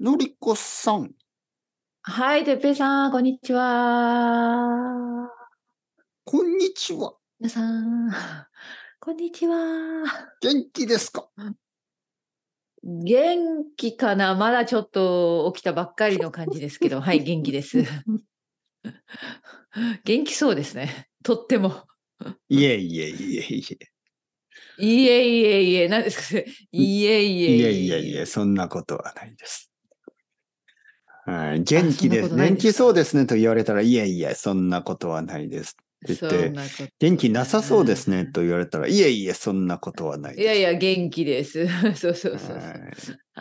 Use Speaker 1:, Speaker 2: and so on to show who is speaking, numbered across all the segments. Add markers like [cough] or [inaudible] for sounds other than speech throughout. Speaker 1: のりこさん。
Speaker 2: はい、てっぺいさん、こんにちは。
Speaker 1: こんにちは。
Speaker 2: 皆さん、こんにちは。
Speaker 1: 元気ですか
Speaker 2: 元気かなまだちょっと起きたばっかりの感じですけど、はい、元気です。元気そうですね。とっても。
Speaker 1: いえいえいえい
Speaker 2: いえいえいえ、何ですかそれいえい
Speaker 1: え。
Speaker 2: え
Speaker 1: いえいえいえ、そんなことはないです。はい、元気で
Speaker 2: あ
Speaker 1: す。
Speaker 2: そんなことな
Speaker 1: 元
Speaker 2: いですか
Speaker 1: 気そうですねと言われたら、いえいえ、そんなことはないです。って
Speaker 2: そ
Speaker 1: 言っ
Speaker 2: ん
Speaker 1: て、
Speaker 2: なこと
Speaker 1: 元気なさそうですねと言われたら、いえいえ、そんなことはないです。
Speaker 2: いやいや、元気です。そうそうそうそう。
Speaker 1: はい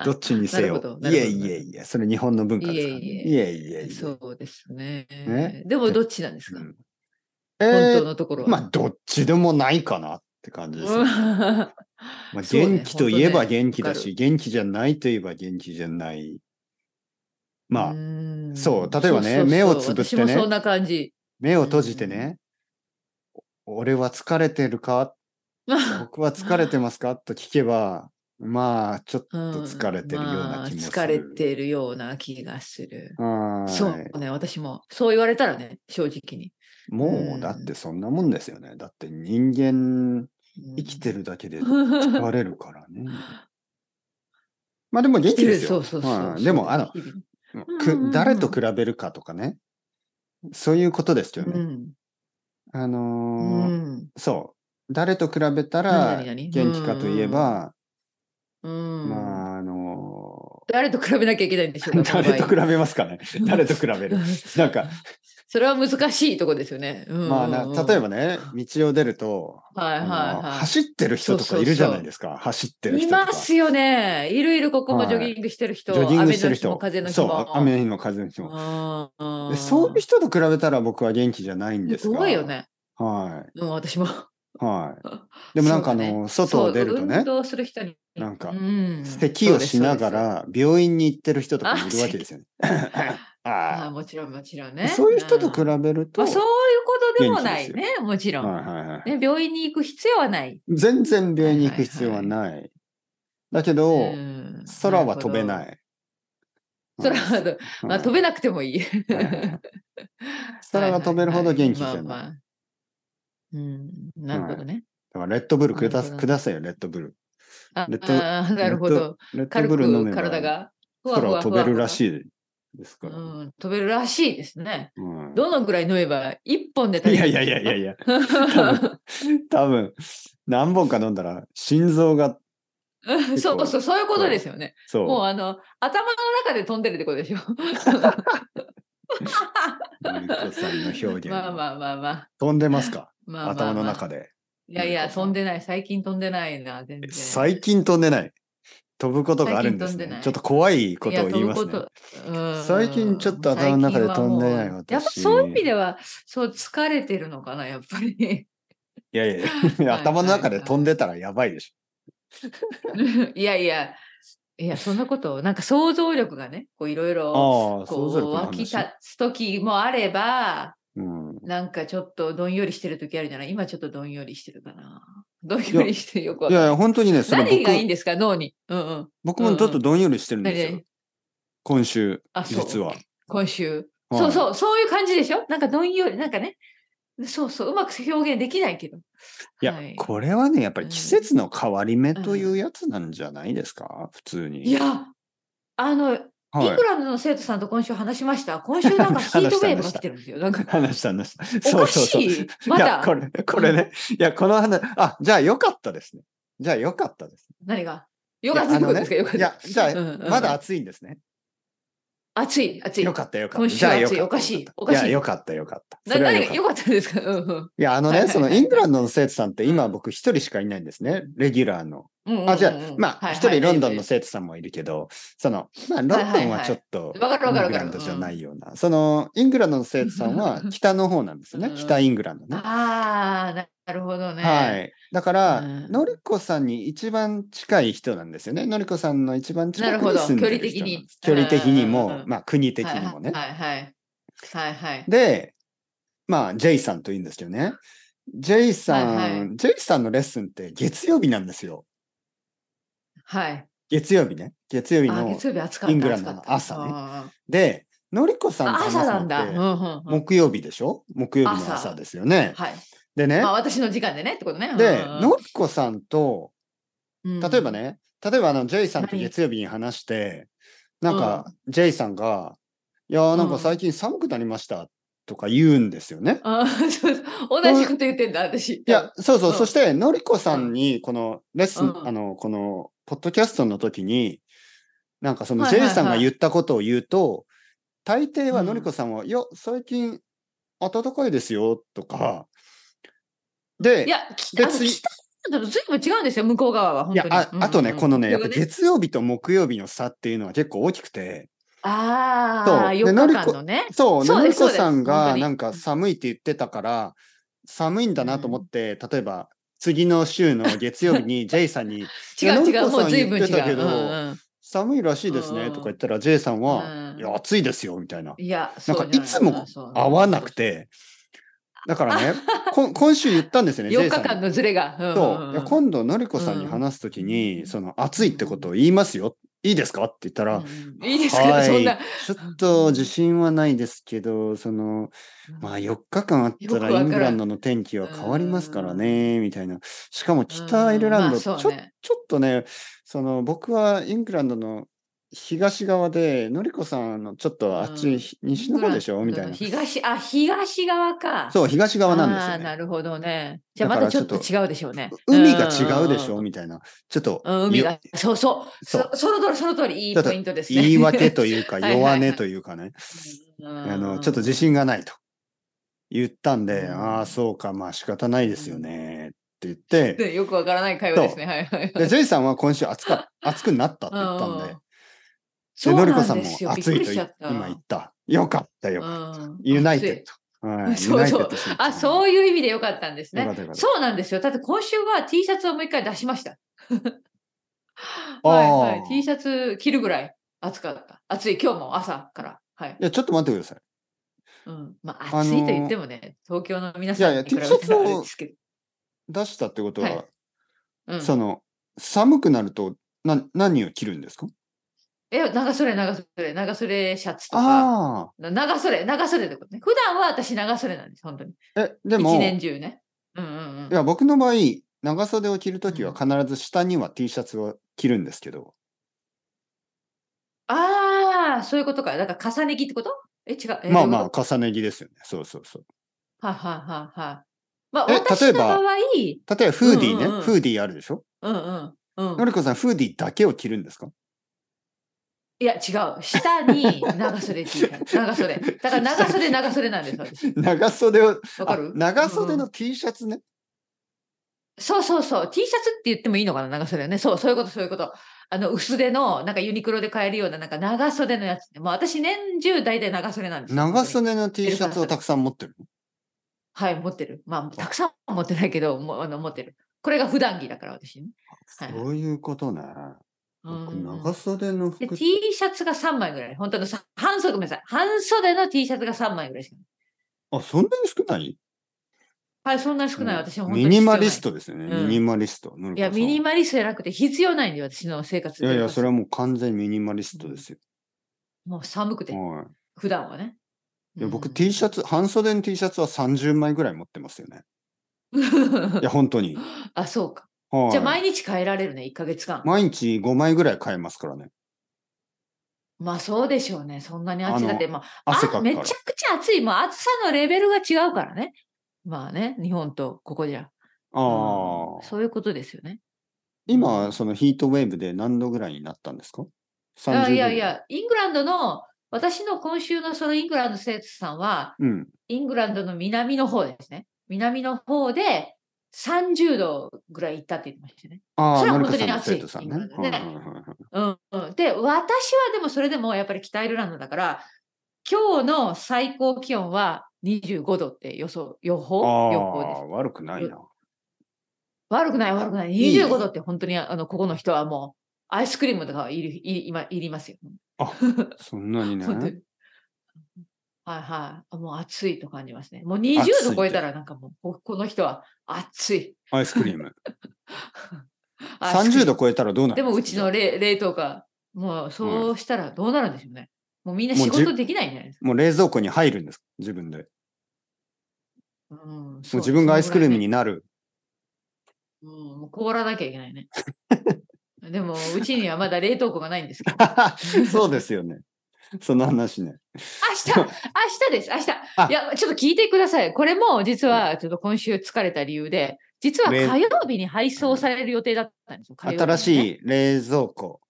Speaker 1: どっちにせよ
Speaker 2: なるほど、
Speaker 1: い
Speaker 2: なる
Speaker 1: え
Speaker 2: ほど
Speaker 1: いえいえ、それ日本の文化ですからね。
Speaker 2: い
Speaker 1: い
Speaker 2: え
Speaker 1: えいえいえ。
Speaker 2: そうですね
Speaker 1: ね。
Speaker 2: でも、どっちなんですか、
Speaker 1: うん
Speaker 2: 本
Speaker 1: え
Speaker 2: 当のところ
Speaker 1: ー
Speaker 2: は。
Speaker 1: まあ、どっちでもないかなって感じですね。まあ、
Speaker 2: そうね
Speaker 1: 元気といえば
Speaker 2: 本当ね
Speaker 1: 元気だ
Speaker 2: わか
Speaker 1: し、元気じゃないといえば元気じゃない。まあ、
Speaker 2: あ
Speaker 1: そう例えばね目をつぶってね
Speaker 2: 私もそんな
Speaker 1: [laughs]
Speaker 2: 感じ。
Speaker 1: 目を閉じてね、俺は疲れてるか僕は疲れてますかと聞けば、まあ、ちょっと
Speaker 2: [laughs] うん
Speaker 1: 疲れてるような気もする。
Speaker 2: まあ疲れてるような気がする。
Speaker 1: はーい
Speaker 2: そうね、私も。そう言われたらね、正直に。
Speaker 1: もう、だってそんなもんですよね。だって人間
Speaker 2: うん
Speaker 1: 生
Speaker 2: [laughs]
Speaker 1: きてるだけで
Speaker 2: 疲
Speaker 1: 疲れるからね。まあでも元気です
Speaker 2: そ
Speaker 1: よ
Speaker 2: う。そうそう
Speaker 1: はいでも、あの、
Speaker 2: 日々うんうんう
Speaker 1: く
Speaker 2: ん
Speaker 1: 誰と比べるかとかね。そういうことですよね。
Speaker 2: うん
Speaker 1: あ
Speaker 2: う
Speaker 1: のー
Speaker 2: ん
Speaker 1: そう。誰と比べたら
Speaker 2: 何々
Speaker 1: 元気
Speaker 2: 何
Speaker 1: かといえば、
Speaker 2: うん
Speaker 1: まあ、あの
Speaker 2: 誰と比べなきゃいけないんでしょ
Speaker 1: ー
Speaker 2: うか
Speaker 1: [laughs] 誰と比
Speaker 2: べ
Speaker 1: べますかね [laughs] 誰と比べるなんか、
Speaker 2: [laughs] それは難しいとこですよね。うん
Speaker 1: まあ
Speaker 2: うん
Speaker 1: な、
Speaker 2: うん
Speaker 1: 例えばね、道を出ると、
Speaker 2: はいはい
Speaker 1: あのー
Speaker 2: はい。
Speaker 1: 走ってる人とかいるじゃないですか。走ってる
Speaker 2: い
Speaker 1: 人とか。
Speaker 2: ますよね。いるいる、ここ
Speaker 1: は
Speaker 2: も
Speaker 1: い
Speaker 2: ジョギングしてる人、
Speaker 1: ジョギングしてる
Speaker 2: 雨の日
Speaker 1: 人。
Speaker 2: も風の日
Speaker 1: そう
Speaker 2: も。
Speaker 1: あ雨の日も風の日も。
Speaker 2: も
Speaker 1: でそういう人と比べたら僕は元気じゃないんです
Speaker 2: す
Speaker 1: が。
Speaker 2: ごいよ。ね。
Speaker 1: は
Speaker 2: うん、私も。
Speaker 1: い。
Speaker 2: [laughs]
Speaker 1: はい。でもなんかあの
Speaker 2: そう
Speaker 1: ー、
Speaker 2: だ
Speaker 1: 外を出ると
Speaker 2: そう
Speaker 1: ね
Speaker 2: 運、動する人に。
Speaker 1: なんか
Speaker 2: うん
Speaker 1: 咳をしなが。
Speaker 2: そうです
Speaker 1: ら病院に行ってる人とかもいるわけですよね。
Speaker 2: そうです [laughs] ああ、
Speaker 1: [laughs] あ
Speaker 2: もちろん、もちろん
Speaker 1: あ。
Speaker 2: ね。
Speaker 1: そういう人と比
Speaker 2: べ
Speaker 1: べると、
Speaker 2: まあ、そういうことでもない
Speaker 1: 元気
Speaker 2: ね、もちろん、
Speaker 1: はいはいはい
Speaker 2: ね。病院に行く必要はない。
Speaker 1: 全然病院に行く必要はない。だけど、
Speaker 2: うん
Speaker 1: 空は飛べ
Speaker 2: る
Speaker 1: ない。
Speaker 2: ほど空は飛べ、まあ、飛べなくてもいい。
Speaker 1: べない。空が飛べるほど元気じゃない
Speaker 2: はははまあまあうん、なるほどね。
Speaker 1: だからレッドブルくだ
Speaker 2: なるほど
Speaker 1: くださいよ、レッドブル。
Speaker 2: あ
Speaker 1: レッド
Speaker 2: あーなるほど。
Speaker 1: レッド
Speaker 2: 軽
Speaker 1: ブル飲
Speaker 2: く
Speaker 1: めば
Speaker 2: 体がふわふ
Speaker 1: 空を
Speaker 2: わ
Speaker 1: 飛べるら
Speaker 2: い。
Speaker 1: しいですから。
Speaker 2: うん、飛べるらしいですね。
Speaker 1: うん
Speaker 2: どのぐらい飲めば一本で
Speaker 1: い
Speaker 2: 足り
Speaker 1: や
Speaker 2: る
Speaker 1: いやいやいやいや、
Speaker 2: [laughs] そ
Speaker 1: 多分何本か飲んだら心臓が
Speaker 2: うそう、そういうことですよね。
Speaker 1: そう。
Speaker 2: もうあの、頭の中で飛んでるってことでしょ。
Speaker 1: マリコさんの表現。
Speaker 2: [laughs] まあまあまあまあ。
Speaker 1: 飛んでますか、
Speaker 2: まあまあまあ
Speaker 1: 頭の中で。
Speaker 2: いやいや、飛んでない。最近飛んでないな、全然。
Speaker 1: 最近飛んでない。飛ぶことがあるんです、
Speaker 2: 最近飛んでな
Speaker 1: ね。
Speaker 2: い
Speaker 1: ちょっと怖いことを言います
Speaker 2: や
Speaker 1: ね。。
Speaker 2: 飛ぶことうん
Speaker 1: 最近ちょっと頭の中で飛んでない
Speaker 2: 最近はもう
Speaker 1: 私
Speaker 2: やっぱそういう意味では、そう疲れてるのかな、やっぱり。
Speaker 1: いやいやい
Speaker 2: [laughs] は
Speaker 1: や、
Speaker 2: い
Speaker 1: 頭の中で飛んでたらやばいでし
Speaker 2: [laughs] いやいや、いや、そんなこと、なんか想像力がね、こういろい
Speaker 1: ょ。
Speaker 2: ろ、
Speaker 1: ああ、想
Speaker 2: こ
Speaker 1: 像力
Speaker 2: う
Speaker 1: の
Speaker 2: 湧き
Speaker 1: 話
Speaker 2: 立。つ時もあれば、
Speaker 1: うん、
Speaker 2: なんかちょっとどんよりしてる時あるじゃない今ちょっとどんよりしてるかな。 [laughs] どんよりしてよくわ
Speaker 1: い
Speaker 2: かん
Speaker 1: やい
Speaker 2: ない
Speaker 1: や、本当にね、それ
Speaker 2: 何がいい
Speaker 1: 僕
Speaker 2: んですか脳に。うんうん。
Speaker 1: 僕もちょっとどんよりしてるんですよ。
Speaker 2: 何々
Speaker 1: 今週、
Speaker 2: あ、そう。
Speaker 1: 実は。
Speaker 2: 今週。
Speaker 1: はい
Speaker 2: そうそう、そういう感じでしょなんかどんより、なんかね。そうそう、うまく表現できないけど。
Speaker 1: いや、
Speaker 2: はい
Speaker 1: これはね、やっぱり
Speaker 2: うん
Speaker 1: 季節の変わり目というやつなんじゃないですか、普通に。
Speaker 2: いや、あの、
Speaker 1: はい、
Speaker 2: イングランドの生徒さんと今週話しました。今週なんかヒートウェーブが来てるんですよ。なんか、
Speaker 1: 話した話した。
Speaker 2: お
Speaker 1: そう
Speaker 2: か
Speaker 1: そうそう。
Speaker 2: し
Speaker 1: い
Speaker 2: い。ま
Speaker 1: や、
Speaker 2: だ
Speaker 1: こ、れ、これね。いや、この話、あ、じゃあよかったですね。じゃあよかったです。
Speaker 2: 何がよかったってことですかよかった。
Speaker 1: いや、じゃあ、
Speaker 2: うんうん
Speaker 1: まだ暑いんですね。
Speaker 2: 暑い、暑い。
Speaker 1: よかったよかった。
Speaker 2: 今週
Speaker 1: じゃあよ
Speaker 2: 暑
Speaker 1: か
Speaker 2: い
Speaker 1: った
Speaker 2: おかしい
Speaker 1: よった
Speaker 2: おかしい
Speaker 1: いや、よかったよかった。
Speaker 2: な
Speaker 1: それは
Speaker 2: 何
Speaker 1: よ
Speaker 2: が
Speaker 1: かった
Speaker 2: 良かったですかうんうん
Speaker 1: いや、あの
Speaker 2: はい
Speaker 1: ね、
Speaker 2: はい
Speaker 1: その
Speaker 2: はい
Speaker 1: イングランドの生徒さんって今
Speaker 2: うん
Speaker 1: 僕一人しかいないんですね。レギュラーの。
Speaker 2: うんうんうんうん。
Speaker 1: あ、じゃあ、ま
Speaker 2: は
Speaker 1: あ
Speaker 2: い
Speaker 1: 一人ロンドンの
Speaker 2: はい
Speaker 1: 生徒さんもいるけど、その、まあロンドンはちょっと、
Speaker 2: はいはいわかるわかる
Speaker 1: イン
Speaker 2: わかる
Speaker 1: グランドじゃないような。その、イングランドの生徒さんは北の方なんですね
Speaker 2: う。ん
Speaker 1: 北イングランドね。
Speaker 2: ああ、なるほどね。
Speaker 1: はい。だから、
Speaker 2: うん
Speaker 1: のりこさんに一番近い人なんですよね。のりこさんの一番近くに住んでる人なんです。
Speaker 2: なるほど距離
Speaker 1: 距離的
Speaker 2: 的に
Speaker 1: に
Speaker 2: うんうん
Speaker 1: も
Speaker 2: う、ん
Speaker 1: まあ国的にもね。
Speaker 2: はいはい。はいはい。
Speaker 1: で、まあ、ジェイさんというんですけどね。ジェイさん、
Speaker 2: はいは
Speaker 1: ジェイさんのレッスンって月曜日なんですよ。
Speaker 2: はい。
Speaker 1: 月曜日ね。月曜日
Speaker 2: あ、
Speaker 1: の。
Speaker 2: 月曜日暑かった。
Speaker 1: イングランドの朝ね
Speaker 2: 暑かった
Speaker 1: で、のりこ
Speaker 2: あ
Speaker 1: さん
Speaker 2: ーあ
Speaker 1: と話す
Speaker 2: 朝なんだ。うんう
Speaker 1: のって、
Speaker 2: んうん
Speaker 1: 木曜日でしょ木曜日の朝ですよね。
Speaker 2: はい。
Speaker 1: でね
Speaker 2: まあ、私の時間でねってことね。
Speaker 1: で、
Speaker 2: うん
Speaker 1: のりこさんと、
Speaker 2: うん
Speaker 1: 例えば。ね、例えばあの、ジェイさんと
Speaker 2: 何
Speaker 1: 月曜日に話して、なんか、ジェイさんが、いやーなんか最近寒くなりましたとか言うんですよね。
Speaker 2: あーそうそう同じこと言ってんだ、私。い
Speaker 1: いや、、そうそう、
Speaker 2: うん
Speaker 1: そして、のりこさんに、このレッスン、
Speaker 2: うん
Speaker 1: あの、この、ポッドキャストの時に、なんかその、
Speaker 2: はい
Speaker 1: ジ
Speaker 2: はい
Speaker 1: ェ
Speaker 2: はい
Speaker 1: イさんが言ったことを言うと、大抵は
Speaker 2: うん
Speaker 1: のりこさんは、いや、最近、暖かいですよ、とか、で、
Speaker 2: いや、き
Speaker 1: で
Speaker 2: あの
Speaker 1: 次
Speaker 2: 北だとずいぶん違うんですよ、向こう側は。本
Speaker 1: いや
Speaker 2: 当に
Speaker 1: あ
Speaker 2: うんうん
Speaker 1: あとね、このね、やっぱ
Speaker 2: それが
Speaker 1: 月曜日と木曜日の差っていうのは結構大きくて、
Speaker 2: ああ、
Speaker 1: そう
Speaker 2: 4
Speaker 1: で
Speaker 2: 日
Speaker 1: のりこ
Speaker 2: 間のね。
Speaker 1: そう、
Speaker 2: そう
Speaker 1: の
Speaker 2: で
Speaker 1: り
Speaker 2: すそ
Speaker 1: こ
Speaker 2: うです
Speaker 1: さん
Speaker 2: 本当
Speaker 1: が
Speaker 2: に
Speaker 1: なんか寒いって言ってたから、寒いんだなと思って、例えば、次の週の月曜日
Speaker 2: [laughs]
Speaker 1: に J さんに、
Speaker 2: 違う違う、もうずいぶん
Speaker 1: 言っ
Speaker 2: 違
Speaker 1: てたけ
Speaker 2: う。
Speaker 1: ど
Speaker 2: うんうん
Speaker 1: 寒いらしいです
Speaker 2: うん
Speaker 1: ねとか言ったら、J さんは
Speaker 2: う、ん
Speaker 1: いや、暑いですよ、みたいな。
Speaker 2: いや、
Speaker 1: なんかいつも合わなくて、だから
Speaker 2: [laughs]
Speaker 1: ね、こん今週言ったんですよね、
Speaker 2: 4
Speaker 1: J
Speaker 2: 日
Speaker 1: さんに
Speaker 2: 間。のズレが。うん
Speaker 1: そう
Speaker 2: うん
Speaker 1: いや今度のりこさんに話すときに、
Speaker 2: うん
Speaker 1: その暑いってことを言いますよいいですかって言ったら、
Speaker 2: うんいいですけど、
Speaker 1: はい
Speaker 2: そんな。
Speaker 1: ちょっと自信はないですけど、その、まあ4日間あった
Speaker 2: よくわ
Speaker 1: ら
Speaker 2: から
Speaker 1: イ
Speaker 2: ん
Speaker 1: ングランドの天気は変わりますからね、みたいな。しかも北アイル
Speaker 2: うん
Speaker 1: ラン
Speaker 2: ま
Speaker 1: ド、
Speaker 2: あ
Speaker 1: ちょ
Speaker 2: そ
Speaker 1: ちょっ
Speaker 2: うね
Speaker 1: とね、その僕はイングランドの東側で、のりこさんのちょっとあっ
Speaker 2: う
Speaker 1: ち
Speaker 2: ん
Speaker 1: ひ西の方でしょみたいな。
Speaker 2: 東、あ、東側か。
Speaker 1: そう、東側なんです
Speaker 2: あ
Speaker 1: よ
Speaker 2: あ、な
Speaker 1: ね。
Speaker 2: るほどね。じゃあ
Speaker 1: だ
Speaker 2: ま
Speaker 1: から
Speaker 2: たちょっと
Speaker 1: ちょ
Speaker 2: 違うでしょうね。
Speaker 1: 海が違うでしょ
Speaker 2: んんん
Speaker 1: みたいな。ちょっと、
Speaker 2: うん、海
Speaker 1: よ
Speaker 2: が、そうそう。
Speaker 1: そ
Speaker 2: そうその通り、その通り、いい
Speaker 1: ちょっと
Speaker 2: ポイントですね。
Speaker 1: 言い訳というか、
Speaker 2: はいはい
Speaker 1: 弱
Speaker 2: はい
Speaker 1: 音というかね。
Speaker 2: [laughs] うん
Speaker 1: あの、ちょっと自信がないと言ったんで、
Speaker 2: うん
Speaker 1: ああ、そうか、まあ仕方ないですよねって言って、
Speaker 2: ねよくわからない会話ですね。はいはいは
Speaker 1: で、
Speaker 2: い。
Speaker 1: ジェイさんは今週暑
Speaker 2: [laughs]
Speaker 1: か、暑くなったって言ったん
Speaker 2: う
Speaker 1: で
Speaker 2: ん、そう
Speaker 1: で、のり
Speaker 2: な
Speaker 1: こさ
Speaker 2: ん
Speaker 1: ん
Speaker 2: で
Speaker 1: も
Speaker 2: すよ。びっ
Speaker 1: 暑
Speaker 2: く
Speaker 1: い
Speaker 2: り
Speaker 1: と
Speaker 2: し
Speaker 1: い
Speaker 2: ちゃった。
Speaker 1: 今言った。よかったよ。
Speaker 2: うん
Speaker 1: ユナイ
Speaker 2: 暑
Speaker 1: テ
Speaker 2: い
Speaker 1: ッド。はい
Speaker 2: そうそう
Speaker 1: ユナイテッドしました
Speaker 2: あ、そういう意味でよかったんです
Speaker 1: よか
Speaker 2: ね
Speaker 1: っ。たよかった
Speaker 2: そうなんですよ。だって今週は T シャツをもう一回出しました。
Speaker 1: あー
Speaker 2: はいはい。T シャツ着るぐらい暑かった。暑い、今日も朝から。はい
Speaker 1: い。や、ちょっと待ってください。
Speaker 2: うん、ま
Speaker 1: あのー
Speaker 2: あ暑いと言ってもね、東京の皆さ
Speaker 1: い
Speaker 2: ん
Speaker 1: や
Speaker 2: に
Speaker 1: い
Speaker 2: 比
Speaker 1: や
Speaker 2: べたら
Speaker 1: T シャツを
Speaker 2: あれですけど。
Speaker 1: 出したってことは、
Speaker 2: はうん、
Speaker 1: その、寒くなると、な、何を着るんですか
Speaker 2: え、長袖、長袖、長袖シャツとか。
Speaker 1: あ
Speaker 2: な長袖、長袖ってことね。普段は私長袖なんです、本当に。
Speaker 1: あ。え、でも、
Speaker 2: 一年
Speaker 1: い
Speaker 2: 中ね。うんうんうん。
Speaker 1: や、僕の場合、長袖を着るときは必ず下には T シャツを着るんですけど、
Speaker 2: ああ、そういうことか。だから重ね着ってことえ、違う。え
Speaker 1: まあ
Speaker 2: どういうこ
Speaker 1: ま
Speaker 2: と
Speaker 1: あ、重ね着ですよね。そうそうそう。
Speaker 2: はいはいはいはい。まあ、
Speaker 1: え
Speaker 2: 私
Speaker 1: 例え
Speaker 2: の
Speaker 1: ば
Speaker 2: 場
Speaker 1: 例
Speaker 2: 合、
Speaker 1: えば、フーディーね。
Speaker 2: うんうんうん
Speaker 1: フーディーあるでしょ
Speaker 2: うんうんう
Speaker 1: の
Speaker 2: ん。
Speaker 1: りこさん、フーディーだけを着るんですか
Speaker 2: いや、違う。下に長袖 T シ
Speaker 1: [laughs]
Speaker 2: ャツ。長袖。だから長袖、長袖なんです、私。
Speaker 1: 長袖を、
Speaker 2: わか
Speaker 1: あ
Speaker 2: る
Speaker 1: 長袖
Speaker 2: うんう
Speaker 1: の
Speaker 2: ん
Speaker 1: T シャツね。
Speaker 2: そうそうそう。T シャツって言ってもいいのかな、長袖ね。そう、そういうこと、そういうこと。あの、薄手の、なんかユニクロで買えるような、なんか長袖のやつね。もう私、年中大体長袖なんですよ。
Speaker 1: 長
Speaker 2: 本当に
Speaker 1: 袖の T シャツをたくさん持ってるの。
Speaker 2: はい、持ってる。まあ、たくさんは持ってないけど、もうあの持ってる。これが普段着だから、私ね。はいはい
Speaker 1: そういうことね。
Speaker 2: うん
Speaker 1: 僕
Speaker 2: うんうん
Speaker 1: 長袖の
Speaker 2: で
Speaker 1: 服
Speaker 2: T シャツが3枚ぐらい。本当のさ半袖、ごめんなさい。半袖の T シャツが3枚ぐらいしかない。
Speaker 1: あ、そんなに少ない
Speaker 2: はい、そんなに少ない。私は本当
Speaker 1: ミ
Speaker 2: に
Speaker 1: ニマ
Speaker 2: 必要ない
Speaker 1: リス。トですよね。
Speaker 2: う
Speaker 1: ミ
Speaker 2: ん
Speaker 1: ニマリスト。のり
Speaker 2: い
Speaker 1: こさ
Speaker 2: や、
Speaker 1: ん
Speaker 2: ミニマリストじゃなくて必要ないんで、私の生活
Speaker 1: いやいや、それ
Speaker 2: は。
Speaker 1: はもう完全にミニマリストですよ。
Speaker 2: もう寒くて、
Speaker 1: はい
Speaker 2: 普段はね。
Speaker 1: いや僕 T
Speaker 2: [laughs]
Speaker 1: シャツ、半袖の T シャツは30枚ぐらい持ってますよね。いや、
Speaker 2: ャツ。
Speaker 1: 本当に。
Speaker 2: あ、そうか。
Speaker 1: はい
Speaker 2: [laughs] じゃあ、毎日変えられるね、1ヶ月間。
Speaker 1: 毎日5枚ぐらい買えますからね。
Speaker 2: まあ、そうでしょうね。そんなに暑
Speaker 1: あ
Speaker 2: い。
Speaker 1: の
Speaker 2: だって、まあ、
Speaker 1: 汗かくから。
Speaker 2: あめちゃくちゃ暑い。もう暑さのレベルが違うからね。まあね、日本とここじゃ。
Speaker 1: ああ、
Speaker 2: うんそういうことですよね。
Speaker 1: 今、そのヒートウェーブで何度ぐらいになったんですか ?30
Speaker 2: あ
Speaker 1: 度。
Speaker 2: いやい。や、イングランドの、私の今週のそのイングランド生徒さんは、
Speaker 1: うん。
Speaker 2: イングランドの南の方ですね。南の方で30度ぐらい行ったって言ってましたね。
Speaker 1: あ
Speaker 2: そ
Speaker 1: あ、
Speaker 2: れは
Speaker 1: のり
Speaker 2: 本
Speaker 1: こ
Speaker 2: 当
Speaker 1: さん
Speaker 2: に
Speaker 1: の
Speaker 2: 暑い
Speaker 1: 生徒さんね。はいは
Speaker 2: 今
Speaker 1: い
Speaker 2: ね
Speaker 1: はいはい
Speaker 2: うんうん、で、私はでもそれでもやっぱり北アイルランドだから、今日の最高気温は25度って予想、予報予報で
Speaker 1: あ
Speaker 2: す
Speaker 1: あ、。悪くないな。
Speaker 2: 悪くない、悪くない。
Speaker 1: いいね
Speaker 2: 25度って本当に、あの、ここの人はもう、アイスクリームとかいる、い今、いりますよ。
Speaker 1: そんなにね。
Speaker 2: 本当にはいはい。もう暑いと感じますね。もう20
Speaker 1: 暑い
Speaker 2: 度
Speaker 1: と
Speaker 2: [laughs] 超えたらなんかもう、ここの人は暑い。
Speaker 1: アイスクリーム。
Speaker 2: あ
Speaker 1: 30度超えたらどうなる
Speaker 2: でもうちの
Speaker 1: 冷
Speaker 2: 冷冷凍かもうそうしたらどうなるんでしょうね。もうみんな
Speaker 1: もう
Speaker 2: 仕
Speaker 1: じゅ
Speaker 2: 事できないんじゃないですか。
Speaker 1: もう冷蔵庫に入るんですか自分で。も
Speaker 2: うん、もう
Speaker 1: う自分がアイスクリームになる。
Speaker 2: うん、もう凍らなきゃいけないね。でも、うちにはまだ冷凍庫がないんですけど。
Speaker 1: [laughs] そうですよね。その話ね。
Speaker 2: 明日、明日です、明
Speaker 1: あ
Speaker 2: 日。いや、ちょっと聞いてください。これも実は、ちょっと今週疲れた理由で、実は
Speaker 1: ね
Speaker 2: 火曜日に配送される予定だったんですよ。火曜日にね
Speaker 1: 新しい冷蔵庫、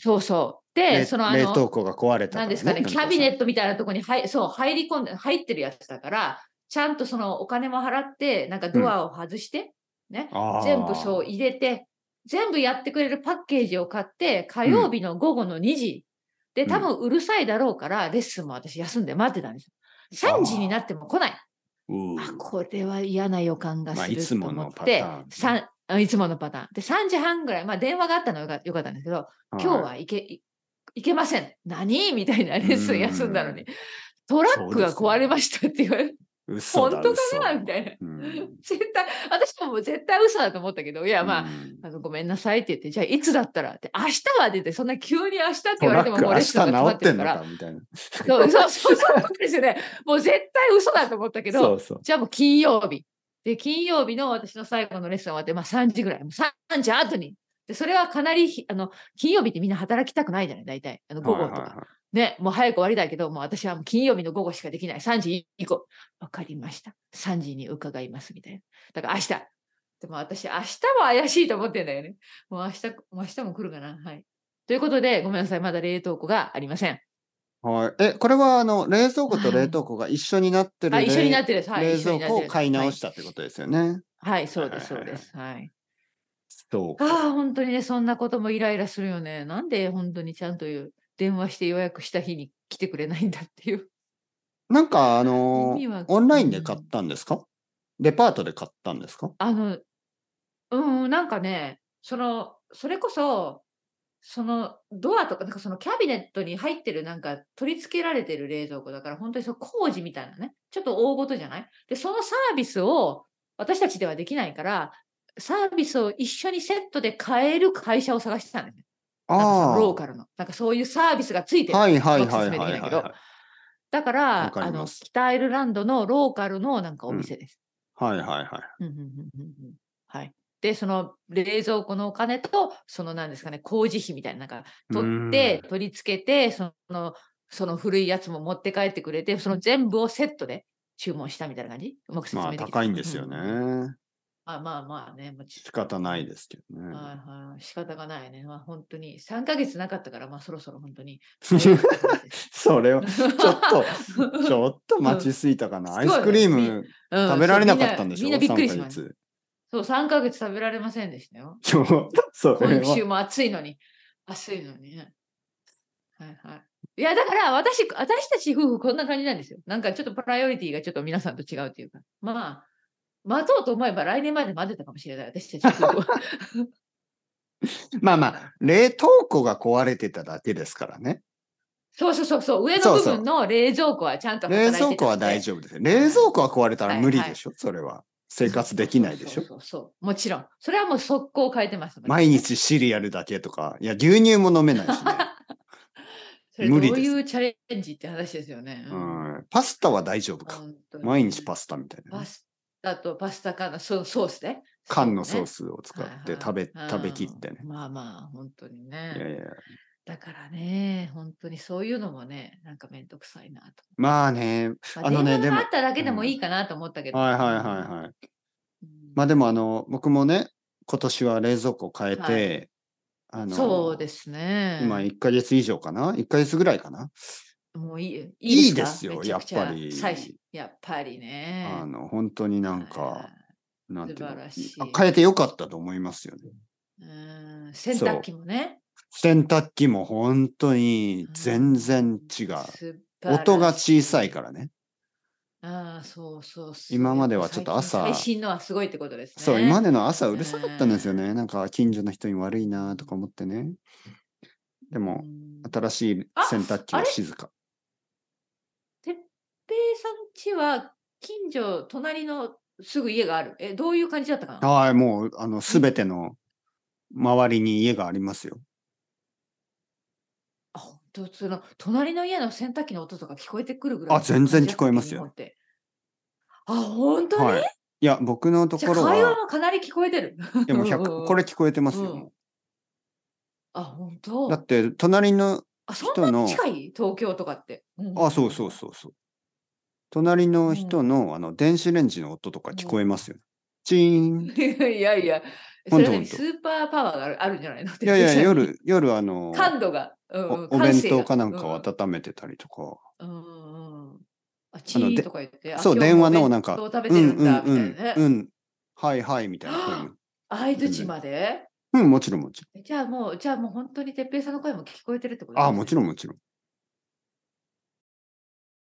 Speaker 2: そうそう。
Speaker 1: れ
Speaker 2: で、そのあ
Speaker 1: 冷
Speaker 2: の、
Speaker 1: 凍庫が壊れたら
Speaker 2: なんですかね、キャビネ
Speaker 1: ト。。
Speaker 2: ットみたいなところに入そう入り込んで、入ってるやつだから、ちゃんとそのお金も払って、なんかドアを外して、ね、全部そうう入れて、全部やってくれるパッケージを買って、火曜日の午後の2時、で、多分うるさいだろうから、レッスンも私休んで待ってたんですよ。3時になっても来ない。
Speaker 1: う
Speaker 2: あ
Speaker 1: ー、
Speaker 2: これは嫌な予感が
Speaker 1: まあ
Speaker 2: する
Speaker 1: いつ
Speaker 2: と
Speaker 1: も
Speaker 2: 思
Speaker 1: の
Speaker 2: っ
Speaker 1: パタ
Speaker 2: て、
Speaker 1: ーンね
Speaker 2: さんあいつものパターン。で、3時半ぐらい、まあ電話があったのはよかよかったんですけど、今日
Speaker 1: い
Speaker 2: はいけ、いいけません。何みたいなレッスン休んだのに。トラックが壊れましたって言われて、
Speaker 1: 嘘
Speaker 2: 本
Speaker 1: だ
Speaker 2: 当かなみ
Speaker 1: い
Speaker 2: たいな。
Speaker 1: な
Speaker 2: 絶対、私はもう絶対嘘だと思ったけど、いや、まあ、あのごめんなさいって言って、じゃあいつだったらって、明日は出て、そんな急に明日って
Speaker 1: ト
Speaker 2: 言われ
Speaker 1: ラ
Speaker 2: ても
Speaker 1: ッ
Speaker 2: も
Speaker 1: ク
Speaker 2: う
Speaker 1: 明
Speaker 2: レッ
Speaker 1: 日
Speaker 2: スンが決ま
Speaker 1: 治
Speaker 2: っ
Speaker 1: ってて
Speaker 2: る
Speaker 1: ん
Speaker 2: か
Speaker 1: の
Speaker 2: ら。
Speaker 1: かみたいな。
Speaker 2: そうそうそうそういうことですよね。もう絶対嘘だと思ったけ
Speaker 1: そ
Speaker 2: ど、
Speaker 1: うそう。
Speaker 2: じゃあもう金曜日。で、金曜日の私の最後のレッスン終わって、まあ3時ぐらい、もう3時後に。で、それはかなりひ、あの、金曜日ってみんな働きたくないじゃない、大体。あの、午後とか。
Speaker 1: はいはいはい
Speaker 2: ね、もう早く終わりだけど、もう私はもう金曜日の午後しかできない。3時以降。わかりました。3時に伺います、みたいな。だから明日。でも私、明日も怪しいと思ってんだよね。もう明日、もう明日も来るかな。はい。ということで、ごめんなさい。まだ冷凍庫がありません。
Speaker 1: はい。え、これはあの冷蔵庫と冷凍庫が一緒になってる
Speaker 2: あ、
Speaker 1: 冷
Speaker 2: 一緒になってるです。はい。
Speaker 1: 冷
Speaker 2: 一緒に
Speaker 1: 蔵
Speaker 2: なって
Speaker 1: 庫
Speaker 2: る
Speaker 1: を買い直したってことですよね。
Speaker 2: はい、はいそうです、
Speaker 1: は
Speaker 2: そ
Speaker 1: いうはいはい
Speaker 2: です。はい。
Speaker 1: そうか。
Speaker 2: ああ、本当にね、そんなこともイライラするよね。なんで本当にちゃんという電話して予約した日に来てくれないんだっていう。
Speaker 1: なんかあの
Speaker 2: 意味は
Speaker 1: オンラインで買ったんですかデパートで買ったんですか
Speaker 2: あの、うん、なんかね、その、それこそ、そのドアとか、なんかそのキャビネットに入ってるなんか取り付けられてる冷蔵庫だから、本当にその工事みたいなね、ちょっと大ごとじゃないで、そのサービスを私たちではできないから、サービスを一緒にセットで買える会社を探してたんですね。なんかそ
Speaker 1: あ
Speaker 2: の
Speaker 1: あ。
Speaker 2: ローカルの。なんかそういうサービスがついてる。
Speaker 1: はいはい
Speaker 2: 僕
Speaker 1: はい
Speaker 2: 勧め
Speaker 1: は
Speaker 2: でき
Speaker 1: いは
Speaker 2: な
Speaker 1: いい
Speaker 2: けど
Speaker 1: は
Speaker 2: だ
Speaker 1: わ
Speaker 2: から
Speaker 1: かり
Speaker 2: あ
Speaker 1: ま
Speaker 2: の、
Speaker 1: す
Speaker 2: 北アイルランドのローカルのなんかお店です。
Speaker 1: い。はいはいはい。
Speaker 2: うんうんうんうんうんはい。で、その冷蔵庫のお金と、そのなんですかね、工事費みたいな、なんか取って、取り付けて、その、その古いやつも持って帰ってくれて、その全部をセットで注文したみたいな感じうまく説
Speaker 1: ま
Speaker 2: 明
Speaker 1: あ
Speaker 2: できた
Speaker 1: 高いんですよ。
Speaker 2: うう
Speaker 1: ね。
Speaker 2: まあまあまあね、もち
Speaker 1: 仕方ないですけど
Speaker 2: ろん。
Speaker 1: ね。
Speaker 2: はいはい。仕方がないね。まあ本当に、3ヶ月なかったから、まあそろそろ本
Speaker 1: [laughs]
Speaker 2: 当に。
Speaker 1: それは、
Speaker 2: ちょ
Speaker 1: ちょっ
Speaker 2: [laughs]
Speaker 1: と、ちょっと待ちすぎたかな。
Speaker 2: うん
Speaker 1: アイスクリーム
Speaker 2: うん
Speaker 1: 食べられなかったんでしょ、
Speaker 2: みんなみんなびっくりし
Speaker 1: 3ヶ
Speaker 2: ました。
Speaker 1: 月
Speaker 2: そう、3ヶ月食べられませんでしたよ。
Speaker 1: ちょっと、それ
Speaker 2: 今週
Speaker 1: は。
Speaker 2: も暑いのに。暑いのにね。はいはい。いや、だから私、私たち夫婦こんな感じなんですよ。なんかちょっとプライオリティがちょっと皆さんと違うというか。まあ、待とうと思えば来年まで待ってたかもしれない、私たち夫婦は。
Speaker 1: [laughs] まあまあ、冷凍庫が壊れてただけですからね。
Speaker 2: そうそうそうそう、上の
Speaker 1: そう
Speaker 2: 部
Speaker 1: そう
Speaker 2: 分の冷蔵庫はちゃんと働い
Speaker 1: 冷
Speaker 2: てたんで
Speaker 1: 蔵庫は大丈夫ですよ。冷蔵庫は壊れたら無理でしょ、それは。生活できないでしょ
Speaker 2: そうそうそうそうもちろん。それはもう速攻変えてます。
Speaker 1: 毎日シリアルだけとか、いや、牛乳も飲めないしね。
Speaker 2: それど
Speaker 1: 無
Speaker 2: う
Speaker 1: 理です
Speaker 2: いうチャレンジって話ですよね。
Speaker 1: う
Speaker 2: [laughs] うん
Speaker 1: ん、パスタは大丈夫か。
Speaker 2: 本当に
Speaker 1: 毎日パスタみたいな
Speaker 2: パ
Speaker 1: ね。
Speaker 2: スタとパスタ缶のソソースね。
Speaker 1: 缶のソー
Speaker 2: ス
Speaker 1: スを使って食べ、食べきってね。
Speaker 2: まあまあ、本当にね。
Speaker 1: いやいや。
Speaker 2: だからね、本当にそういうのもね、なんかめんどくさいなと。
Speaker 1: まあね、
Speaker 2: まあ、
Speaker 1: あのね
Speaker 2: 電話
Speaker 1: でも
Speaker 2: があっただけでもいいかなと思ったけど。
Speaker 1: はいはいはいはい。
Speaker 2: い。
Speaker 1: まあでもあの、僕もね、今年は冷蔵庫を変えて、あの、
Speaker 2: そうですね。
Speaker 1: 今1ヶ月以上かな ?1 ヶ月ぐらいかな、
Speaker 2: もういいい
Speaker 1: いい
Speaker 2: か
Speaker 1: ですよ
Speaker 2: めちゃくちゃ
Speaker 1: やっぱり
Speaker 2: 最初やっぱりね。
Speaker 1: あの、本当になん
Speaker 2: は
Speaker 1: か、なんていうの
Speaker 2: 素晴らしい
Speaker 1: あ変えてよかったと思いますよね。
Speaker 2: いうん洗濯機もね。
Speaker 1: 洗濯機も本当に全然違う。
Speaker 2: 素晴らしい
Speaker 1: 音が小さいからね。
Speaker 2: ああ、そうそうそう
Speaker 1: 今まではちょっと朝
Speaker 2: やぱ最近最新のはすごいってことですね。
Speaker 1: そう、今までの朝うるさかったんですよね。なんか近所の人に悪いなとか思ってね。でも
Speaker 2: う、ん
Speaker 1: 新しい洗濯機
Speaker 2: ああ
Speaker 1: は
Speaker 2: れ
Speaker 1: 静か。
Speaker 2: てっぺいさん家は近所、隣のすぐ家がある。え、どういう感じだったかな
Speaker 1: はい、もう、あの、すべての周りに家がありますよ。
Speaker 2: あ、本当その、隣の家の洗濯機の音とか聞こえてくるぐらい
Speaker 1: あ
Speaker 2: の
Speaker 1: 全然
Speaker 2: 感じだ
Speaker 1: 聞こえ
Speaker 2: った
Speaker 1: ますよ
Speaker 2: 日本ってあ、本当に、
Speaker 1: はい。いや、僕のと
Speaker 2: じゃ
Speaker 1: こ
Speaker 2: あ
Speaker 1: ろ
Speaker 2: 会話
Speaker 1: は、
Speaker 2: もかなり聞こえてる。
Speaker 1: でも
Speaker 2: うんうんう
Speaker 1: 100、
Speaker 2: ん
Speaker 1: これ聞こえてますよ。
Speaker 2: うん
Speaker 1: も
Speaker 2: あ、本
Speaker 1: う
Speaker 2: 当
Speaker 1: だって、隣の、
Speaker 2: あ、そ
Speaker 1: 人
Speaker 2: んな
Speaker 1: の
Speaker 2: に近い東京とかって。うん
Speaker 1: あ、そうそうそうそう。隣の人の、あの、電子レンジの音とか聞こえますよ。チーン。い
Speaker 2: [laughs] いやいや、そ
Speaker 1: 本当
Speaker 2: れなりに
Speaker 1: 本当
Speaker 2: スーパーパワーがあるあ [laughs] るんじゃないのい
Speaker 1: やいや、。夜、夜、あの、
Speaker 2: 感度が、うんうん
Speaker 1: おお
Speaker 2: 感
Speaker 1: 弁
Speaker 2: 性が
Speaker 1: 当かなんかを
Speaker 2: うん
Speaker 1: 温めてたりとか、
Speaker 2: うんうんうんあ、チ
Speaker 1: あので
Speaker 2: ーとか言って、あ
Speaker 1: そう、
Speaker 2: 今日
Speaker 1: 電
Speaker 2: も
Speaker 1: 話の
Speaker 2: お
Speaker 1: なんか、
Speaker 2: 弁当食べ
Speaker 1: う
Speaker 2: て
Speaker 1: ん
Speaker 2: る
Speaker 1: うん
Speaker 2: だ、み
Speaker 1: んう
Speaker 2: た
Speaker 1: ん
Speaker 2: いな、ね。
Speaker 1: うん、はいはいみたいな声も。
Speaker 2: 相づちまで
Speaker 1: うん、もちろんもちろん。
Speaker 2: じゃあもう、じゃあもう本当に哲平さんの声も聞こえてるってこと
Speaker 1: ああ、もちろんもちろん。